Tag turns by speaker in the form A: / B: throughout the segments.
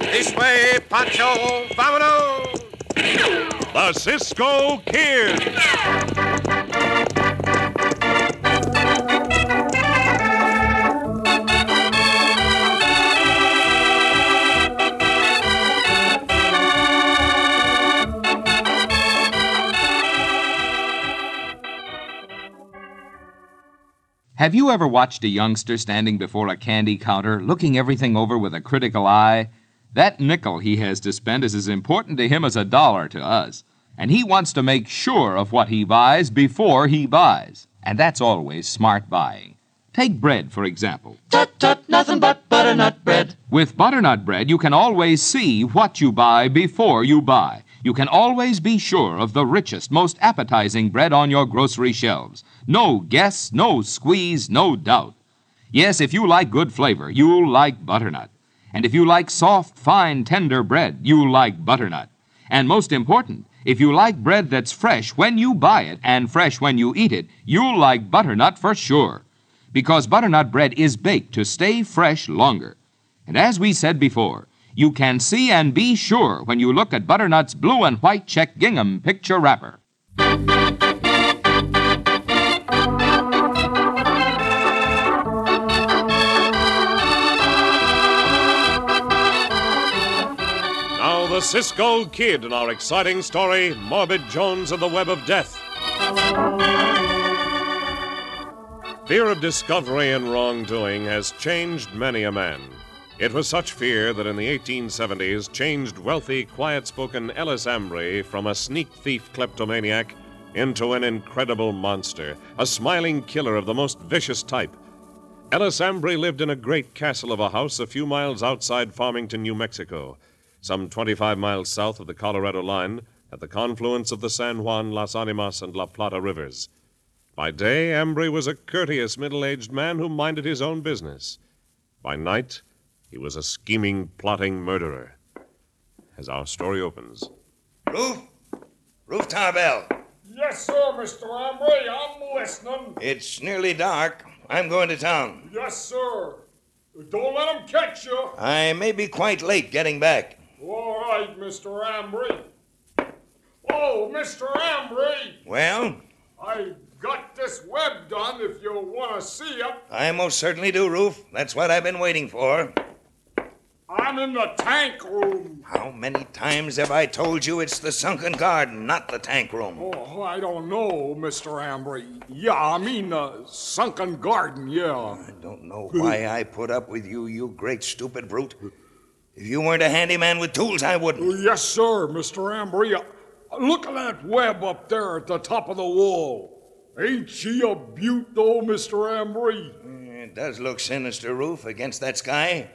A: This way, Pancho, vámonos!
B: The Cisco Kid.
C: Have you ever watched a youngster standing before a candy counter, looking everything over with a critical eye? That nickel he has to spend is as important to him as a dollar to us, and he wants to make sure of what he buys before he buys. And that's always smart buying. Take bread, for example.
D: Tut tut, nothing but butternut bread.
C: With butternut bread, you can always see what you buy before you buy. You can always be sure of the richest, most appetizing bread on your grocery shelves. No guess, no squeeze, no doubt. Yes, if you like good flavor, you'll like butternut. And if you like soft, fine, tender bread, you'll like butternut. And most important, if you like bread that's fresh when you buy it and fresh when you eat it, you'll like butternut for sure because butternut bread is baked to stay fresh longer. And as we said before, you can see and be sure when you look at Butternut's blue and white check gingham picture wrapper.
B: Now the Cisco Kid in our exciting story, Morbid Jones and the Web of Death. Fear of discovery and wrongdoing has changed many a man. It was such fear that in the 1870s changed wealthy, quiet spoken Ellis Ambry from a sneak thief kleptomaniac into an incredible monster, a smiling killer of the most vicious type. Ellis Ambry lived in a great castle of a house a few miles outside Farmington, New Mexico, some 25 miles south of the Colorado line at the confluence of the San Juan, Las Animas, and La Plata rivers. By day, Ambry was a courteous, middle aged man who minded his own business. By night, he was a scheming, plotting murderer. As our story opens,
E: Roof, Roof Tarbell,
F: Yes, sir, Mr. Ombre. I'm listening.
E: it's nearly dark. I'm going to town.
F: Yes, sir. Don't let 'em catch you.
E: I may be quite late getting back.
F: All right, Mr. Ombre. Oh, Mr. Ombre,
E: Well,
F: I got this web done if you want to see it.
E: I most certainly do, Roof. That's what I've been waiting for.
F: I'm in the tank room.
E: How many times have I told you it's the sunken garden, not the tank room?
F: Oh, I don't know, Mr. Ambry. Yeah, I mean the sunken garden, yeah.
E: I don't know why I put up with you, you great stupid brute. If you weren't a handyman with tools, I wouldn't.
F: Yes, sir, Mr. Ambry. Look at that web up there at the top of the wall. Ain't she a beaut, though, Mr. Ambry?
E: It does look sinister, Roof, against that sky.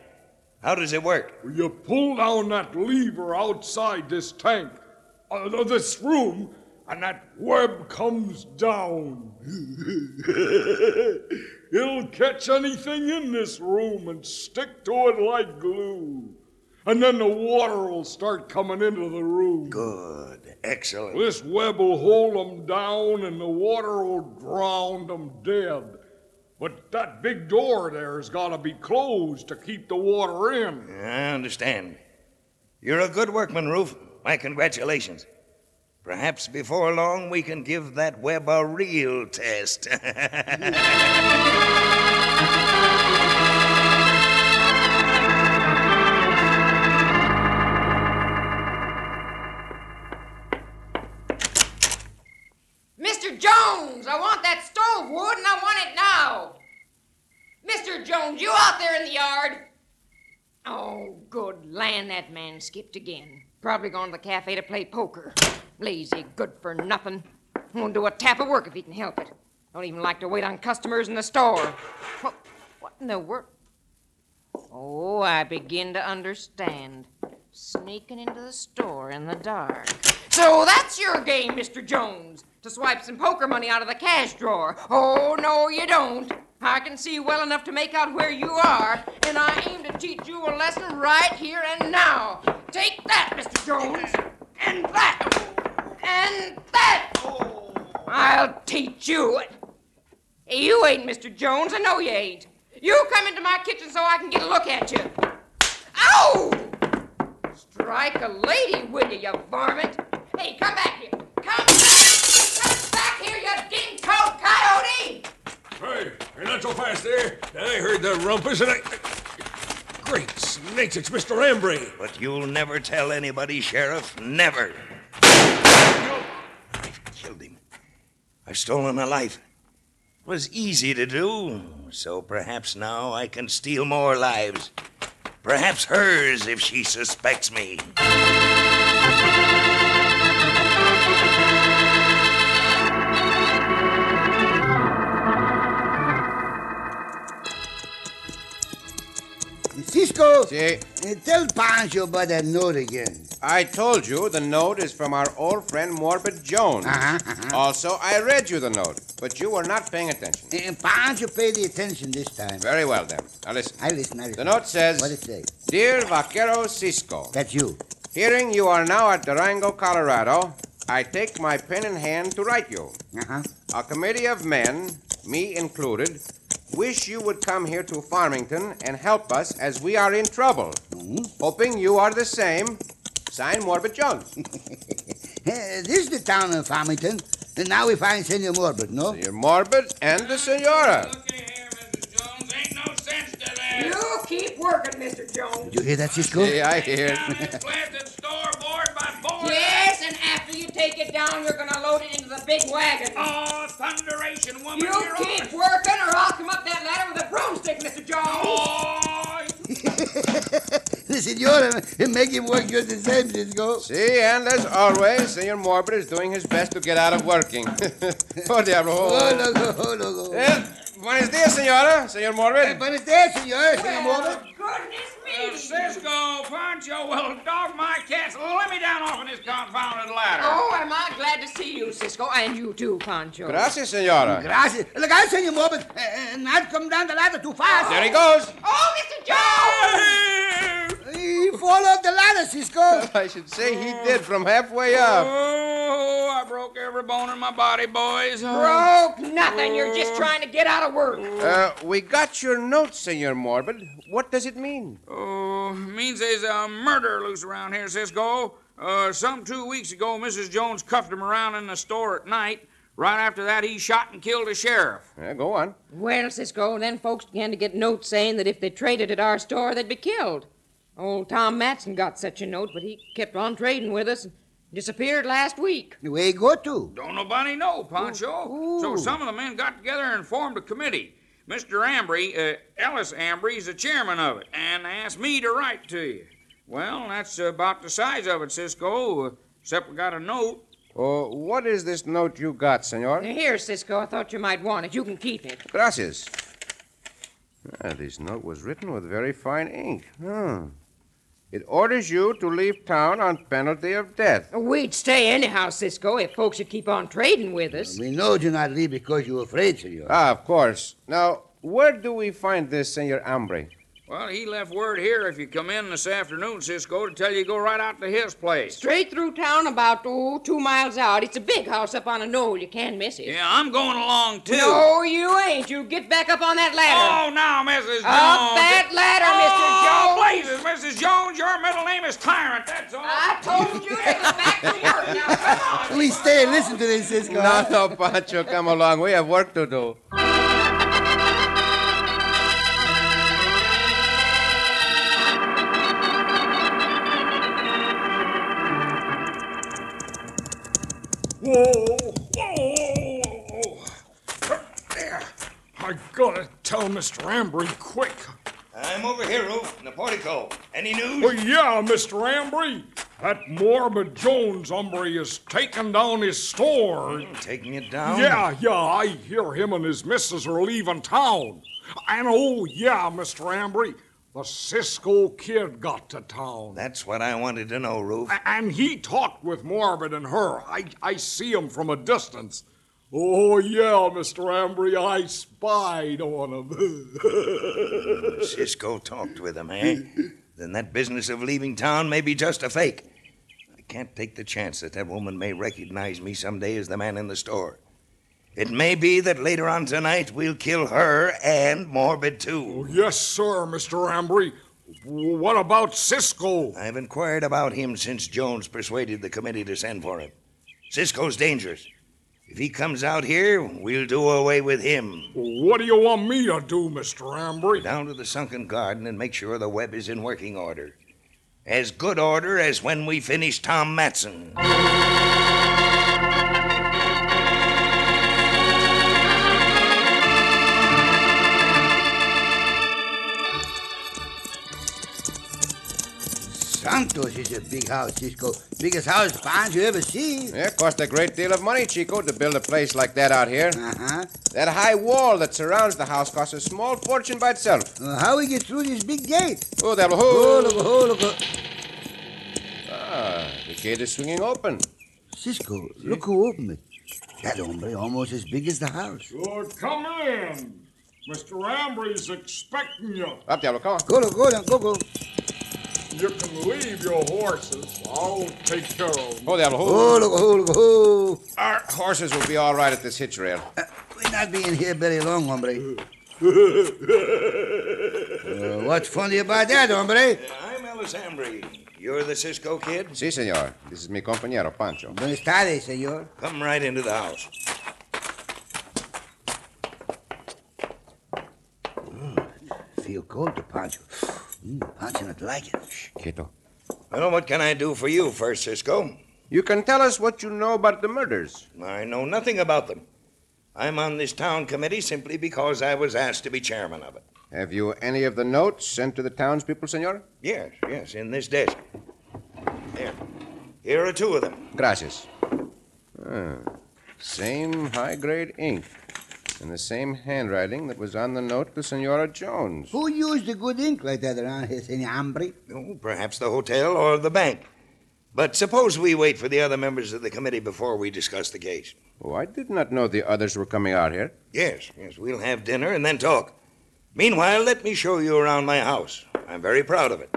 E: How does it work?
F: You pull down that lever outside this tank, uh, th- this room, and that web comes down. It'll catch anything in this room and stick to it like glue. And then the water will start coming into the room.
E: Good. Excellent.
F: This web will hold 'em down and the water will drown 'em dead. But that big door there's got to be closed to keep the water in.
E: I understand. You're a good workman, Roof. My congratulations. Perhaps before long we can give that web a real test.
G: Mr. Jones, I want that stove wood and I want it now. Mr. Jones, you out there in the yard? Oh, good land, that man skipped again. Probably gone to the cafe to play poker. Lazy, good for nothing. Won't do a tap of work if he can help it. Don't even like to wait on customers in the store. What, what in the world? Oh, I begin to understand. Sneaking into the store in the dark. So that's your game, Mr. Jones, to swipe some poker money out of the cash drawer. Oh, no, you don't. I can see well enough to make out where you are, and I aim to teach you a lesson right here and now. Take that, Mr. Jones, and that, and that. I'll teach you it. You ain't Mr. Jones, I know you ain't. You come into my kitchen so I can get a look at you. Ow! Strike a lady, will you, you varmint? Hey, come back here. Come back! Come back here, you dingo coyote!
H: Hey, you're not so fast there. I heard that rumpus and I. Great snakes, it's Mr. Ambry.
E: But you'll never tell anybody, Sheriff. Never. I've killed him. I've stolen a life. It was easy to do, so perhaps now I can steal more lives. Perhaps hers if she suspects me.
I: Cisco, eh, tell Pancho about that note again.
J: I told you the note is from our old friend Morbid Jones.
I: Uh-huh,
J: Also, I read you the note, but you were not paying attention.
I: Eh, Pancho paid the attention this time.
J: Very well, then. Now listen.
I: I listen, I listen.
J: The note says,
I: What it say?
J: Dear Vaquero Cisco,
I: That's you.
J: hearing you are now at Durango, Colorado, I take my pen in hand to write you.
I: Uh-huh.
J: A committee of men, me included, wish you would come here to Farmington and help us as we are in trouble. Hoping you are the same. Sign Morbid Jones.
I: Eh, this is the town of Farmington. And now we find Senor Morbid, no?
J: Senor Morbid and the Senora.
G: You keep working, Mr. Jones.
I: You hear that, Cisco?
J: Yeah, I hear it.
G: Yes, and after you take it down, you're gonna load it into the big wagon. Oh, thunderation, woman! You
K: you're
G: keep working, or I'll come up that ladder with a broomstick, Mr. Jones.
I: the Senora eh, make him work just the same, Cisco.
J: See, and as always, Senor Morbid is doing his best to get out of working. oh, diablo.
I: Oh, loco, oh, Eh, loco.
J: Eh, buenos dias, Senora. Senor Morbid.
I: buenos dias, Senor. Senor Morbid.
K: Well, Cisco, Pancho, well, dog my cats, let me down off of this confounded ladder.
G: Oh, am I glad to see you, Cisco, and you too, Pancho.
J: Gracias, Senora.
I: Gracias. Look out, Senor Morbid. Eh, eh, not come down the ladder too fast.
J: There he goes.
G: Oh, Mr. Jones!
I: He fall off the ladder, Cisco.
J: I should say he did from halfway up.
K: Oh, I broke every bone in my body, boys.
G: Broke nothing. You're just trying to get out of work.
J: Uh, we got your note, Senor Morbid. What does it mean?
K: Oh, means there's a murder loose around here, Cisco. Uh, some two weeks ago, Mrs. Jones cuffed him around in the store at night. Right after that, he shot and killed a sheriff.
J: Yeah, Uh, go on.
G: Well, Cisco, then folks began to get notes saying that if they traded at our store, they'd be killed. Old Tom Matson got such a note, but he kept on trading with us and disappeared last week.
I: Where he go to?
K: Don't nobody know, Pancho. So some of the men got together and formed a committee. Mr. Ambry, uh, Ellis Ambry's the chairman of it, and asked me to write to you. Well, that's about the size of it, Cisco, uh, except we got a note.
J: Oh, what is this note you got, Senor?
G: Here, Cisco, I thought you might want it. You can keep it.
J: Gracias. Ah, this note was written with very fine ink. Hmm. It orders you to leave town on penalty of death.
G: We'd stay anyhow, Cisco, if folks would keep on trading with us.
I: We know you not leave because you're afraid, Senor.
J: Ah, of course. Now, where do we find this, Senor Ambre?
K: Well, he left word here if you come in this afternoon, Cisco, to tell you to go right out to his place.
G: Straight through town, about oh, two miles out. It's a big house up on a knoll. You can't miss it.
K: Yeah, I'm going along too.
G: No, you ain't. You get back up on that ladder.
K: Oh, now, Mrs. Jones.
G: Up that ladder,
K: Oh,
G: Mr. Jones.
K: blazes, Mrs. Jones, your middle name is Clarence, that's all.
G: I told you to go back to work. Now, come on.
I: Please stay and listen to this, Cisco.
J: No, no, Pancho, come along. We have work to do.
F: Whoa, whoa, whoa. There. I gotta tell Mr. Ambry quick.
E: I'm over here, Roof, in the portico. Any news?
F: Well, Oh, yeah, Mr. Ambry. That Morbid Jones hombre is taking down his store.
E: Taking it down?
F: Yeah, yeah, I hear him and his missus are leaving town. And oh, yeah, Mr. Ambry, The Cisco kid got to town.
E: That's what I wanted to know, Roof.
F: A- And he talked with Morbid and her. I, I see him from a distance. Oh, yeah, Mr. Ambry, I spied on him.
E: Cisco talked with him, eh? then that business of leaving town may be just a fake. I can't take the chance that that woman may recognize me someday as the man in the store. It may be that later on tonight we'll kill her and Morbid, too.
F: yes, sir, Mr. Ambry. What about Cisco?
E: I've inquired about him since Jones persuaded the committee to send for him. Cisco's dangerous. If he comes out here, we'll do away with him.
F: What do you want me to do, Mr. Ambry?
E: Down to the sunken garden and make sure the web is in working order. As good order as when we finished Tom Matson.
I: Santos is a big house, Cisco. Biggest house barns you ever see.
J: Yeah, it cost a great deal of money, Chico, to build a place like that out here.
I: Uh-huh.
J: That high wall that surrounds the house costs a small fortune by itself.
I: Uh, how we get through this big gate?
J: Oh, that will
I: Oh,
J: hold.
I: look, oh, look. oh.
J: Ah, the gate is swinging open.
I: Cisco, look who opened it. That hombre almost as big as the house.
F: Sure, come in. Mr. Ambry's expecting you.
J: Up, Diablo, come on.
I: Go, look, go, down, go, go.
F: You can leave your horses. I'll take care of them.
J: Oh, Diablo,
I: Oh,
J: hold.
I: look, oh, look, oh.
J: Our horses will be all right at this hitch rail.
I: We're not being here very long, hombre. Uh, what's funny about that, hombre?
E: I'm Ellis Ambry. You're the Cisco kid?
J: Si, senor. This is mi compañero, Pancho.
I: Buenas tardes, senor.
E: Come right into the house.
I: Feel cold to Pancho. Mm, Pancho not like it. Shh.
J: Quieto.
E: Well, what can I do for you first, Cisco?
J: You can tell us what you know about the murders.
E: I know nothing about them. I'm on this town committee simply because I was asked to be chairman of it.
J: Have you any of the notes sent to the townspeople, senor?
E: Yes, yes, in this desk. There. Here are two of them.
J: Gracias. Ah, same high grade ink and the same handwriting that was on the note to Senora Jones.
I: Who used the good ink like that around here, senor hombre?
E: Oh, perhaps the hotel or the bank. But suppose we wait for the other members of the committee before we discuss the case.
J: Oh, I did not know the others were coming out here.
E: Yes, yes, we'll have dinner and then talk. Meanwhile, let me show you around my house. I'm very proud of it.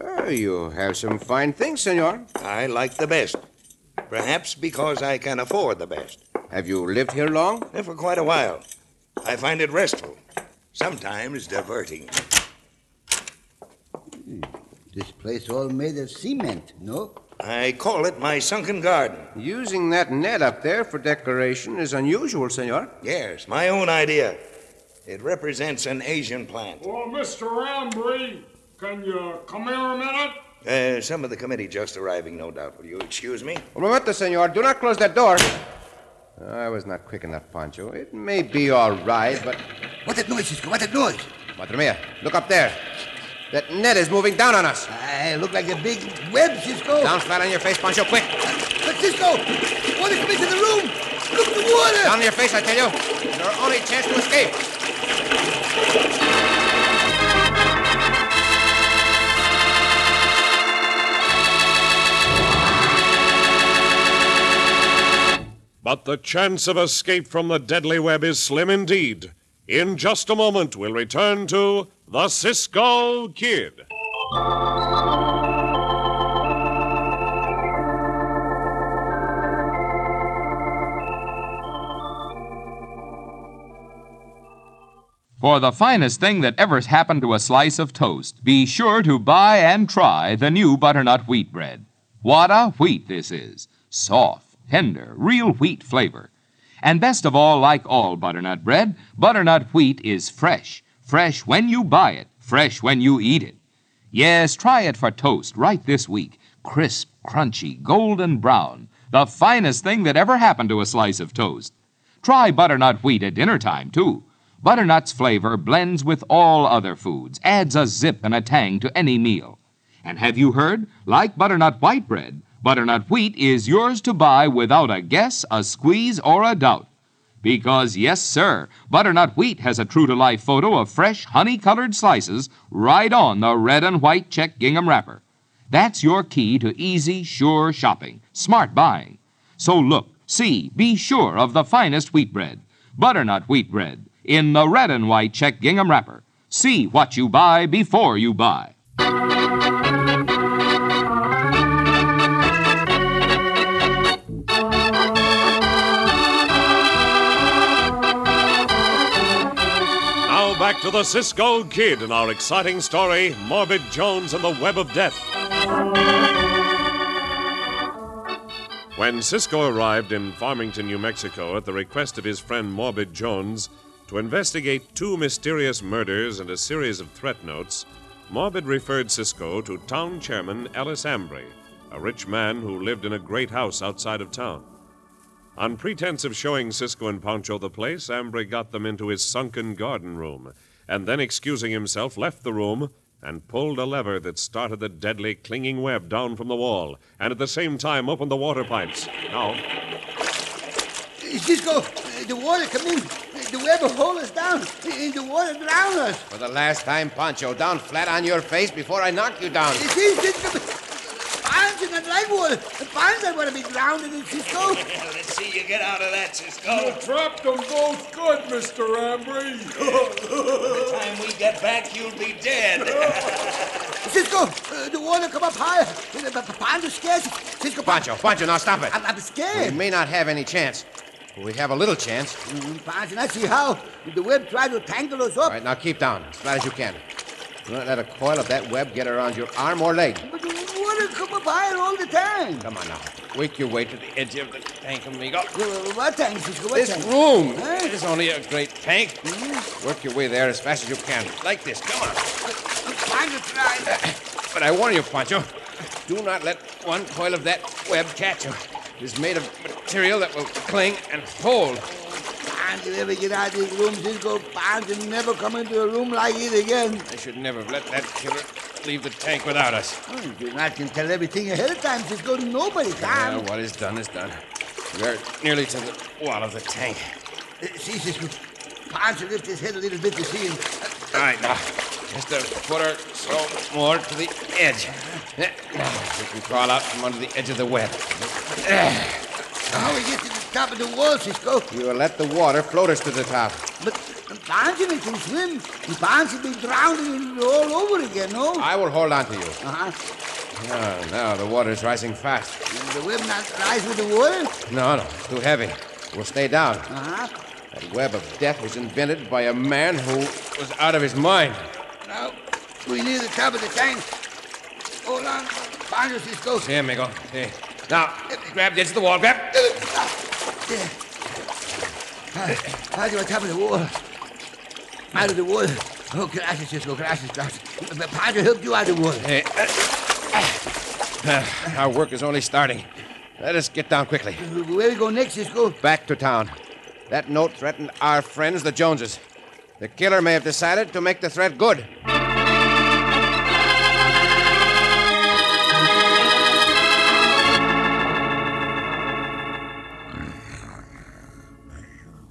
J: Ah, you have some fine things, senor.
E: I like the best. Perhaps because I can afford the best.
J: Have you lived here long?
E: And for quite a while. I find it restful, sometimes diverting.
I: This place all made of cement, no?
E: I call it my sunken garden.
J: Using that net up there for decoration is unusual, senor.
E: Yes, my own idea. It represents an Asian plant.
F: Well, Mr. Ambry, can you come here a minute?
E: Uh, some of the committee just arriving, no doubt. Will you excuse me?
J: Un momento, senor. Do not close that door. Ah, I was not quick enough, Pancho. It may be all right, but.
I: What that noise, Cisco? What that noise?
J: Madre mia, look up there. That net is moving down on us.
I: I look like a big web, Cisco.
J: Down flat on your face, Pancho, quick.
I: But Cisco, water come into the room. Look at the water.
J: Down on your face, I tell you. Your only chance to escape.
B: But the chance of escape from the deadly web is slim indeed. In just a moment, we'll return to The Cisco Kid.
C: For the finest thing that ever happened to a slice of toast, be sure to buy and try the new butternut wheat bread. What a wheat this is! Soft, tender, real wheat flavor. And best of all, like all butternut bread, butternut wheat is fresh. Fresh when you buy it, fresh when you eat it. Yes, try it for toast right this week. Crisp, crunchy, golden brown. The finest thing that ever happened to a slice of toast. Try butternut wheat at dinner time, too. Butternut's flavor blends with all other foods, adds a zip and a tang to any meal. And have you heard? Like butternut white bread, butternut wheat is yours to buy without a guess, a squeeze, or a doubt. Because, yes, sir, butternut wheat has a true to life photo of fresh, honey colored slices right on the red and white check gingham wrapper. That's your key to easy, sure shopping, smart buying. So look, see, be sure of the finest wheat bread, butternut wheat bread, in the red and white check gingham wrapper. See what you buy before you buy.
B: Now back to the Cisco Kid in our exciting story Morbid Jones and the Web of Death. When Cisco arrived in Farmington, New Mexico, at the request of his friend Morbid Jones to investigate two mysterious murders and a series of threat notes, Morbid referred Cisco to town chairman Ellis Ambry, a rich man who lived in a great house outside of town. On pretense of showing Cisco and Pancho the place, Ambry got them into his sunken garden room, and then, excusing himself, left the room and pulled a lever that started the deadly clinging web down from the wall, and at the same time opened the water pipes. Now,
I: Cisco, uh, the water come in. Uh, The web will hold us down. Uh, The water drown us.
J: For the last time, Pancho, down flat on your face before I knock you down.
I: You see, Cisco, I do not like water. Barnes, I want to be drowned in it, Cisco.
E: Let's see you get out of that, Cisco.
F: You trapped them both good, Mr. Ambry.
E: By the time we get back, you'll be dead.
I: Cisco, uh, the water come up higher. Uh, but Barnes is scared. Cisco,
J: Pancho, Pancho, now stop it.
I: I'm, I'm
J: We
I: scared.
J: may not have any chance. but We have a little chance.
I: Mm, Barnes, and I see how. The web tried to tangle us up.
J: All right, now keep down as flat as you can. Do not let a coil of that web get around your arm or leg.
I: But the water come up higher all the time.
J: Come on now. Wake your way to the edge of the tank, amigo.
I: Uh, what tank, Cisco? What
J: This
I: tank?
J: room Ah,
I: Huh?
J: is only a great tank. Hmm? Work your way there as fast as you can. Like this. Come on.
I: Barnes is trying.
J: But I warn you, Pancho, do not let one coil of that web catch you. It is made of material that will cling and hold.
I: Barnes, you ever get out of this room, Cisco? Barnes will never come into a room like it again.
J: I should never have let that killer leave the tank without us.
I: Oh, you I can tell everything ahead of time, Cisco. Nobody can.
J: Well, what is done is done. We are nearly to the wall of the tank.
I: Uh, see, Cisco, Pancho lift his head a little bit to see him.
J: All right, now, just a foot or so more to the edge. Eh, Now, we can crawl out from under the edge of the web. Eh,
I: Now we get to the top of the wall, Cisco.
J: You will let the water float us to the top.
I: But Pancho we can swim. Pancho will be drowning all over again, no?
J: I will hold on to you.
I: Uh-huh.
J: Oh, no, the water is rising fast.
I: The web not rise with the water?
J: No, no, it's too heavy. We'll stay down.
I: Uh-huh.
J: That web of death was invented by a man who was out of his mind.
I: Now we near the top of the tank. Hold on, Pancho, Cisco.
J: See, amigo. See. Now, grab the edge of the wall. Grab.
I: There. How do I top of the wall? Out of the water. Oh, gracias, Cisco. Gracias, gracias. But Pancho helped you out of the water.
J: Hey. eh, eh. Our work is only starting. Let us get down quickly.
I: Where we go next, Cisco?
J: Back to town. That note threatened our friends, the Joneses. The killer may have decided to make the threat good.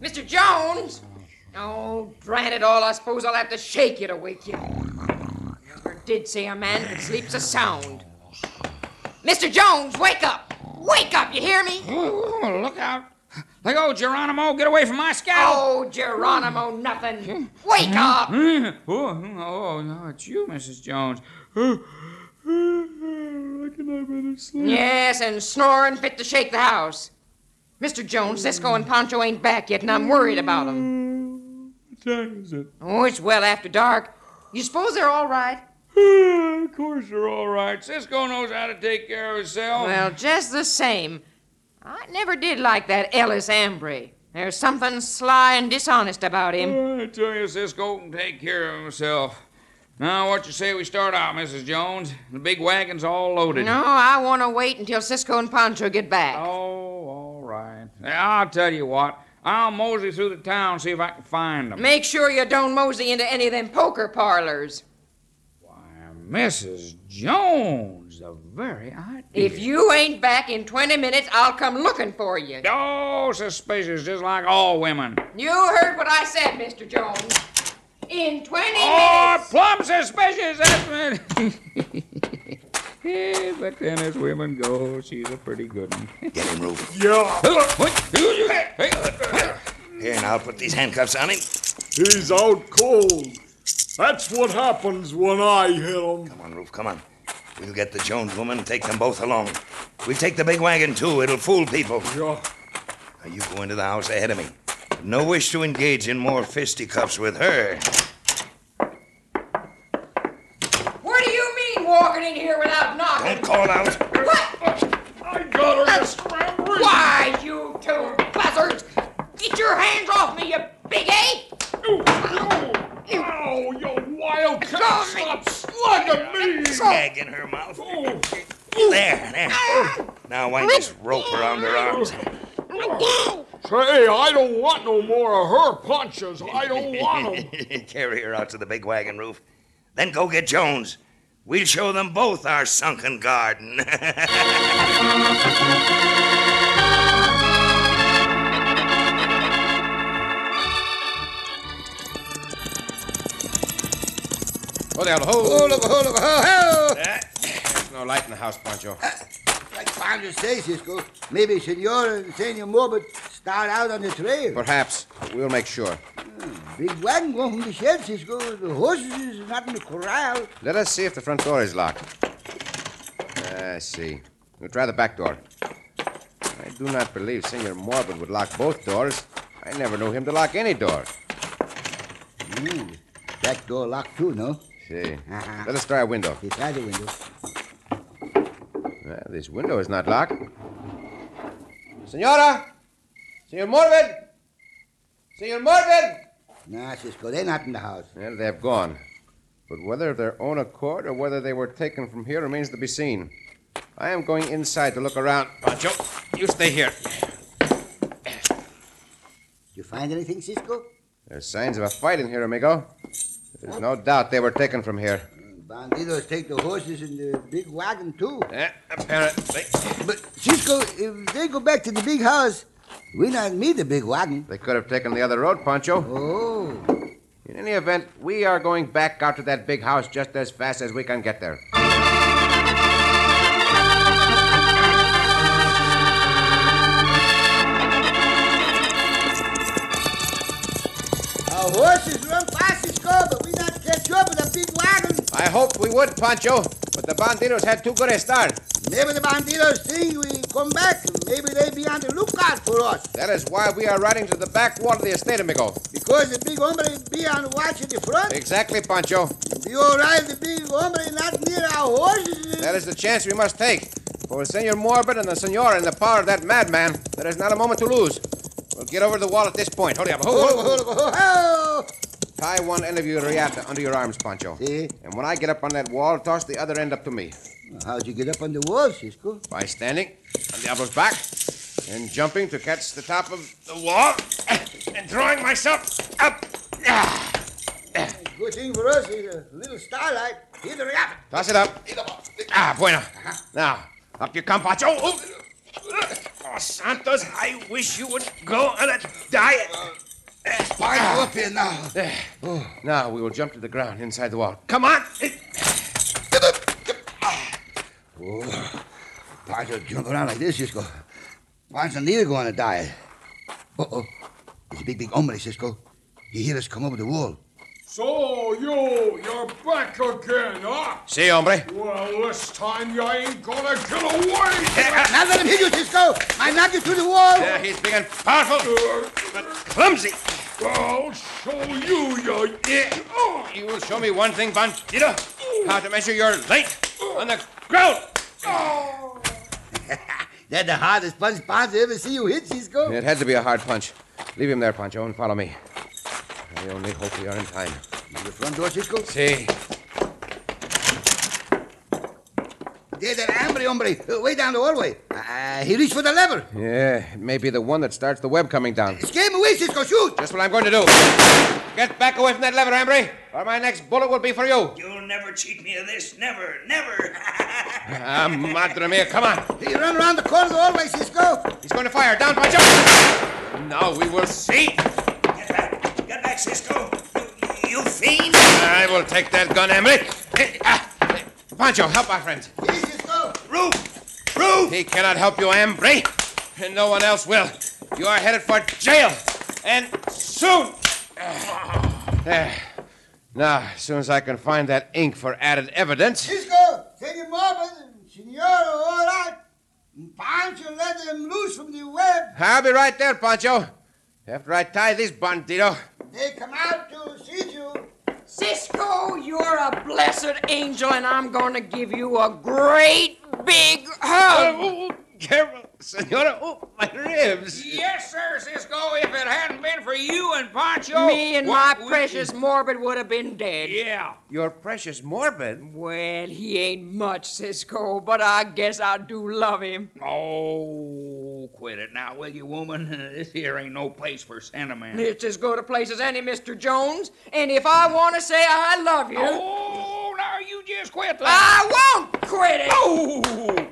G: Mr. Jones? Oh, drat it all, I suppose I'll have to shake you to wake you. Never did say a man that sleeps a sound. Mr. Jones, wake up! Wake up, you hear me?
K: Oh, look out. Let go, Geronimo. Get away from my scalp.
G: Oh, Geronimo, nothing. Wake up!
K: Mm. Oh, mm, oh, no, it's you, Mrs. Jones. Oh, I reckon I better sleep.
G: Yes, and snoring fit to shake the house. Mr. Jones, Cisco and Poncho ain't back yet, and I'm worried about them.
K: What time is it?
G: Oh, it's well after dark. You suppose they're all right?
K: of course you're all right. Cisco knows how to take care of himself.
G: Well, just the same, I never did like that Ellis Ambry. There's something sly and dishonest about him.
K: I tell you, Cisco can take care of himself. Now, what you say we start out, Mrs. Jones? The big wagon's all loaded.
G: No, I want to wait until Cisco and Pancho get back.
K: Oh, all right. I'll tell you what. I'll mosey through the town see if I can find them.
G: Make sure you don't mosey into any of them poker parlors.
K: Why, Mrs. Jones, the very idea.
G: If you ain't back in 20 minutes, I'll come looking for you.
K: Oh, suspicious, just like all women.
G: You heard what I said, Mr. Jones. In 20
K: Oh, plumb suspicious,
F: eh,
K: that's what. yeah, but then as women go, she's a pretty good one.
E: Get him, Rufe.
K: Yeah.
E: Here, now, I'll put these handcuffs on him.
F: He's out cold. That's what happens when I hit him.
E: Come on, Rufe, come on. We'll get the Jones woman and take them both along. We'll take the big wagon, too. It'll fool people.
F: Sure.
E: Now, you go into the house ahead of me. No wish to engage in more fisticuffs with her.
G: minutes. What do you mean walking in here without knocking?
E: Don't call out.
G: I got her, Miss Why, you two buzzards! Get your hands off me, you big ape!
F: Oh, you wildcat! Stop slugging me! Oh.
E: Gag in her mouth. There, there. Now wind this rope around her arms.
F: Say, I don't want no more of her punches. I don't want 'em.
E: Carry her out to the big wagon roof. Then go get Jones. We'll show them both our sunken garden.
J: Hold out, hold.
I: Hold up, hold up, ho, ho!
J: Eh. There's no light in the house, Pancho.
I: Like Father says, Cisco, maybe Senora and Senor Morbid start out on the trail.
J: Perhaps. We'll make sure.
I: Big wagon going from the shed, Cisco. The horses is not in the corral.
J: Let us see if the front door is locked. I see. We'll try the back door. I do not believe Senor Morbid would lock both doors. I never knew him to lock any door.
I: Ooh, back door locked too, no?
J: See.
I: Uh-huh.
J: Let us try a window.
I: He tried the window.
J: Well, this window is not locked. Senora! Senor Morbid! Senor Morbid!
I: Nah, Cisco, they're not in the house.
J: Well, they have gone. But whether of their own accord or whether they were taken from here remains to be seen. I am going inside to look around. Pancho, you stay here.
I: You find anything, Cisco?
J: There's signs of a fight in here, amigo. There's no doubt they were taken from here.
I: Bandidos take the horses and the big wagon too.
J: Yeah, Eh, apparently.
I: But Cisco, if they go back to the big house, we not need the big wagon.
J: They could have taken the other road, Pancho.
I: Oh.
J: In any event, we are going back out to that big house just as fast as we can get there.
I: Our horses run fast, Cisco, but we not catch up with the big wagon.
J: I hoped we would, Pancho, but the bandidos had too good a start.
I: Maybe the bandidos think we come back. Maybe they be on the lookout for us.
J: That is why we are riding to the back wall of the estate, amigo.
I: Because the big hombre be on watch at the front.
J: Exactly, Pancho.
I: You all right, the big hombre not near our horses.
J: That is the chance we must take. For with Senor Morbid and the Senor in the power of that madman, there is not a moment to lose. We'll get over the wall at this point. Hold up. Ho, ho, ho.
I: Oh,
J: Tie one end of your riata under your arms, Pancho.
I: See?
J: And when I get up on that wall, toss the other end up to me.
I: How'd you get up on the wall, Cisco?
J: By standing on Diablo's back and jumping to catch the top of the wall and drawing myself up. Ah.
I: Good thing for us is a little starlight. Here the rabbit.
J: Toss it up. Ah, bueno. Now, up you come, Pancho. Oh. Oh, Santos, I wish you would go on a diet.
I: Bind you up here now.
J: There. Now we will jump to the ground inside the wall. Come on.
I: Oh, Pancho jump around like this, Cisco. Pancho need to go on a diet. Uh-oh. It's a big, big hombre, Cisco. He hear us come over the wall.
F: So, you, you're back again, huh?
J: See, hombre.
F: Well, this time you ain't gonna get away.
I: Now let him hit you, Cisco. I knock you to the wall.
J: There, he's big and powerful, but clumsy.
F: I'll show you, you idiot.
J: You will show me one thing, Bandito. How to measure your length on the ground.
I: That's the hardest punch Pancho ever see you hit, Cisco.
J: It had to be a hard punch. Leave him there, Pancho, and follow me. I only hope we are in time.
I: The front door, Cisco.
J: See,
I: There's that hombre, hombre, uh, way down the hallway. Uh, he reached for the lever.
J: yeah, it may be the one that starts the web coming down.
I: Scare him away, Cisco. Shoot.
J: That's what I'm going to do. Get back away from that lever, Ambry, or my next bullet will be for you.
E: You'll never cheat me of this. Never, never.
J: Ah, madre mia, come on.
I: He run around the corner of the hallway, Cisco.
J: He's going to fire. Down, Pancho. Now we will see.
E: Get back, Cisco. You, you fiend.
J: I will take that gun, Emery. Eh, ah, eh, Pancho, help our friend.
E: Roof! Roof!
J: He cannot help you, Emery. And no one else will. You are headed for jail. And soon. There. Now, as soon as I can find that ink for added evidence.
I: Cisco, Senor Marvin, Senor, all right. Pancho let them loose from the web.
J: I'll be right there, Pancho. After I tie this bandito.
I: They come out to see you.
G: Cisco, you're a blessed angel, and I'm going to give you a great big hug.
J: Carol, senora, oh, my ribs.
K: Yes, sir, Cisco. If it hadn't been for you and Pancho,
G: Me and my
K: what we-
G: precious Morbid would have been dead.
K: Yeah.
J: Your precious Morbid.
G: Well, he ain't much, Cisco, but I guess I do love him.
K: Oh, quit it now, will you, woman? This here ain't no place for sentiment.
G: It's as good a place as any, Mr. Jones. And if I want to say I love you,
K: Oh, now you just quit that.
G: I won't quit it.
K: Oh!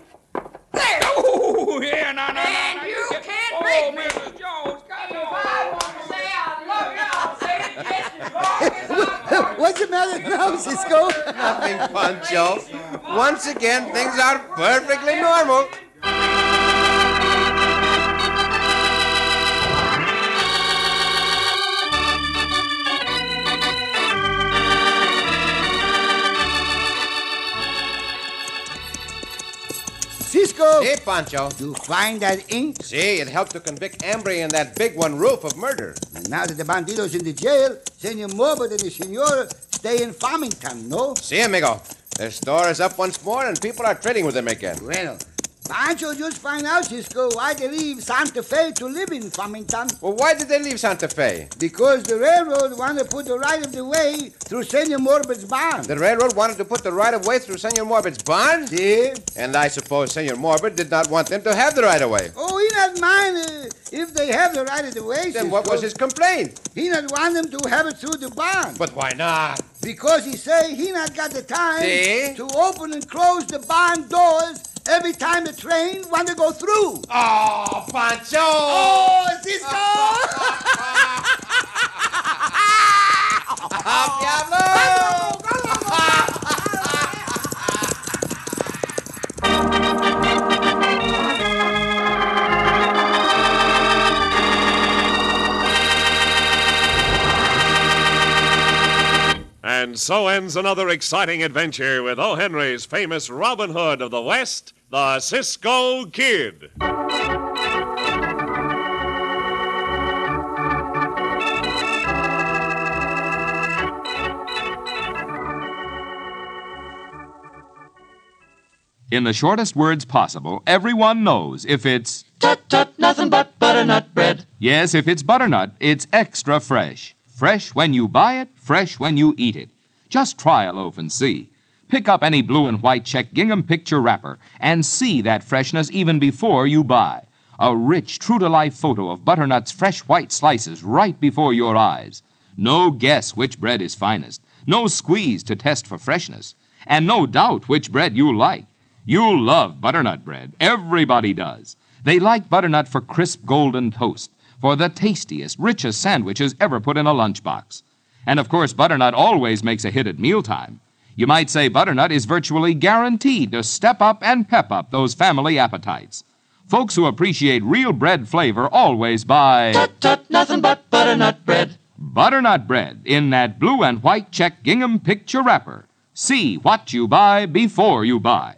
G: There.
K: Oh, yeah, no, no, no.
G: And
K: no,
G: you
K: can't-
G: can't
K: oh,
G: make me.
K: Mrs. Jones, come
G: If
K: on.
G: I want to say I love you, I'll say it just as long as I want.
I: What's the matter now, Cisco?
J: Nothing, Pancho. Once again, things are perfectly normal.
I: Cisco,
J: Hey, Pancho.
I: you find that ink?
J: See, it helped to convict Ambry and that big one, Roof, of murder.
I: And now that the bandidos in the jail, Senor Morbid and the Senor stay in Farmington, no?
J: See, amigo. The store is up once more, and people are trading with them again.
I: Bueno, Pancho just find out, Cisco, why they leave Santa Fe to live in Farmington.
J: Well, why did they leave Santa Fe?
I: Because the railroad wanted to put the right of the way through Senor Morbid's barn.
J: The railroad wanted to put the right of way through Senor Morbid's barn,
I: See?
J: and I suppose Senor Morbid did not want them to have the right of way.
I: Oh, he not mind uh, if they have the right of the way.
J: Then what
I: Cisco.
J: was his complaint?
I: He not want them to have it through the barn
J: But why not?
I: because he say he not got the time
J: See?
I: to open and close the barn doors every time the train want to go through.
J: Oh, Pancho!
I: Oh, Cisco!
J: Ah,
B: And so ends another exciting adventure with O. Henry's famous Robin Hood of the West, the Cisco Kid.
C: In the shortest words possible, everyone knows if it's.
D: Tut tut, nothing but butternut bread.
C: Yes, if it's butternut, it's extra fresh. Fresh when you buy it, fresh when you eat it. Just try a loaf and see. Pick up any blue and white check gingham picture wrapper and see that freshness even before you buy. A rich, true to life photo of butternut's fresh white slices right before your eyes. No guess which bread is finest, no squeeze to test for freshness, and no doubt which bread you like. You'll love butternut bread. Everybody does. They like butternut for crisp golden toast, for the tastiest, richest sandwiches ever put in a lunchbox. And of course, butternut always makes a hit at mealtime. You might say butternut is virtually guaranteed to step up and pep up those family appetites. Folks who appreciate real bread flavor always buy.
D: Tut tut, nothing but butternut bread.
C: Butternut bread in that blue and white check gingham picture wrapper. See what you buy before you buy.